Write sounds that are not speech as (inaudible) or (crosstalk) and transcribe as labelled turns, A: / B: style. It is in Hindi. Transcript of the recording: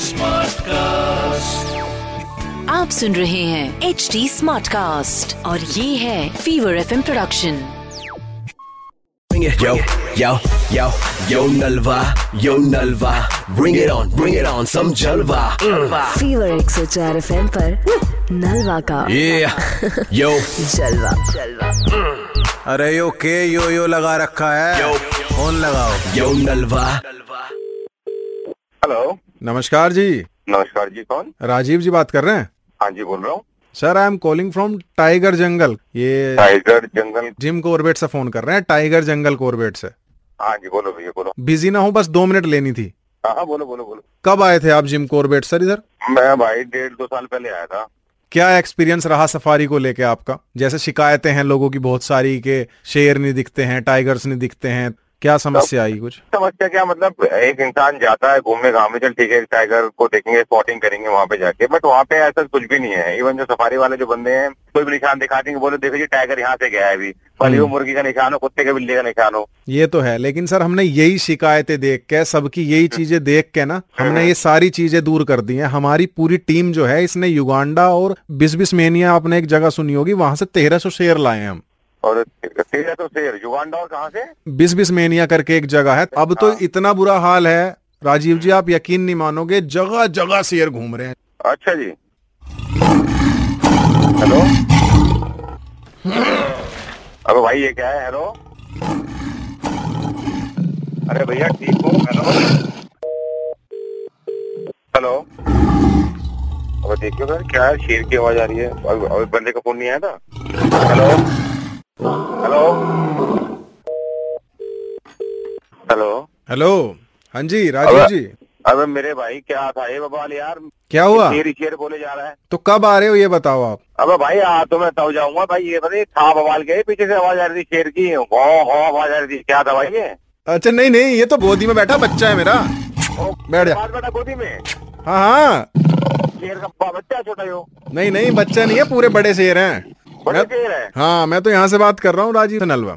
A: स्मार्ट कास्ट
B: आप सुन रहे हैं एच डी स्मार्ट कास्ट और ये है fever F production
C: Bring it. Yo, yo, yo, yo Nalva, yo Nalva. Bring it on, bring it on, some Jalva. Mm.
B: Fever एक सौ चार एफ एम नलवा का
C: Yeah, (laughs) yo,
B: जलवा जलवा
D: अरे यो के यो यो लगा रखा है
C: Yo.
D: फोन लगाओ
C: yo Nalva.
E: हेलो
D: नमस्कार जी
E: नमस्कार जी कौन
D: राजीव जी बात कर रहे हैं
E: हाँ जी बोल रहा हूँ
D: sir I am calling from tiger जंगल ये
E: टाइगर जंगल
D: जिम कोरबेट से फोन कर रहे हैं टाइगर जंगल कोरबेट से
E: हाँ जी बोलो भैया बोलो
D: बिजी ना हो बस दो मिनट लेनी थी
E: हाँ हाँ बोलो बोलो बोलो
D: कब आए थे आप जिम कोरबेट सर इधर
E: मैं भाई डेढ़ दो साल पहले आया था
D: क्या एक्सपीरियंस रहा सफारी को लेके आपका जैसे शिकायतें हैं लोगों की बहुत सारी के शेर नहीं दिखते हैं टाइगर्स नहीं दिखते हैं क्या समस्या आई कुछ
E: समस्या क्या मतलब एक इंसान जाता है घूमने घामने चल ठीक है टाइगर को देखेंगे स्पॉटिंग करेंगे वहाँ पे जाके बट वहाँ पे ऐसा कुछ भी नहीं है इवन जो सफारी वाले जो बंदे हैं कोई भी निशान दिखा देंगे बोले देखो जी टाइगर यहाँ से गया है अभी भले वो मुर्गी का निशान हो कुत्ते के बिल्ली का निशान हो
D: ये तो है लेकिन सर हमने यही शिकायतें देख के सबकी यही चीजें देख के ना हमने ये सारी चीजें दूर कर दी हैं हमारी पूरी टीम जो है इसने युगांडा और बिस्बिस्मेनिया आपने एक जगह सुनी होगी वहां से तेरह सौ शेर लाए हैं हम
E: और तेरह तो शेर युगांडा और कहाँ से
D: बिस्बिस्मेनिया करके एक जगह है अब तो इतना बुरा हाल है राजीव जी आप यकीन नहीं मानोगे जगह जगह शेर घूम रहे हैं
E: अच्छा जी हेलो अबे भाई ये क्या है हेलो अरे भैया ठीक हो हेलो हेलो अब देखियो सर क्या है शेर की आवाज आ रही है अब अब बंदे का फोन नहीं आया था हेलो हेलो हेलो
D: हेलो हाँ जी राजीव जी
E: अबे मेरे भाई क्या था ये बवाल यार
D: क्या हुआ
E: शेर ही शेर बोले जा रहा है
D: तो कब आ रहे हो ये बताओ आप
E: अबे भाई आ तो मैं तब जाऊंगा भाई ये पता नहीं था बवाल के पीछे से आवाज आ रही थी शेर की हो हो आवाज आ रही थी क्या था भाई ये
D: अच्छा नहीं नहीं ये तो गोदी में बैठा बच्चा है मेरा
E: ओ,
D: बैठ जा।
E: बाल बेटा गोदी में
D: हाँ हाँ
E: शेर का बा- बच्चा छोटा यो
D: नहीं नहीं बच्चा नहीं है पूरे बड़े शेर हैं
E: बड़ा शेर है
D: हाँ मैं तो यहाँ से बात कर रहा हूँ राजीव नलवा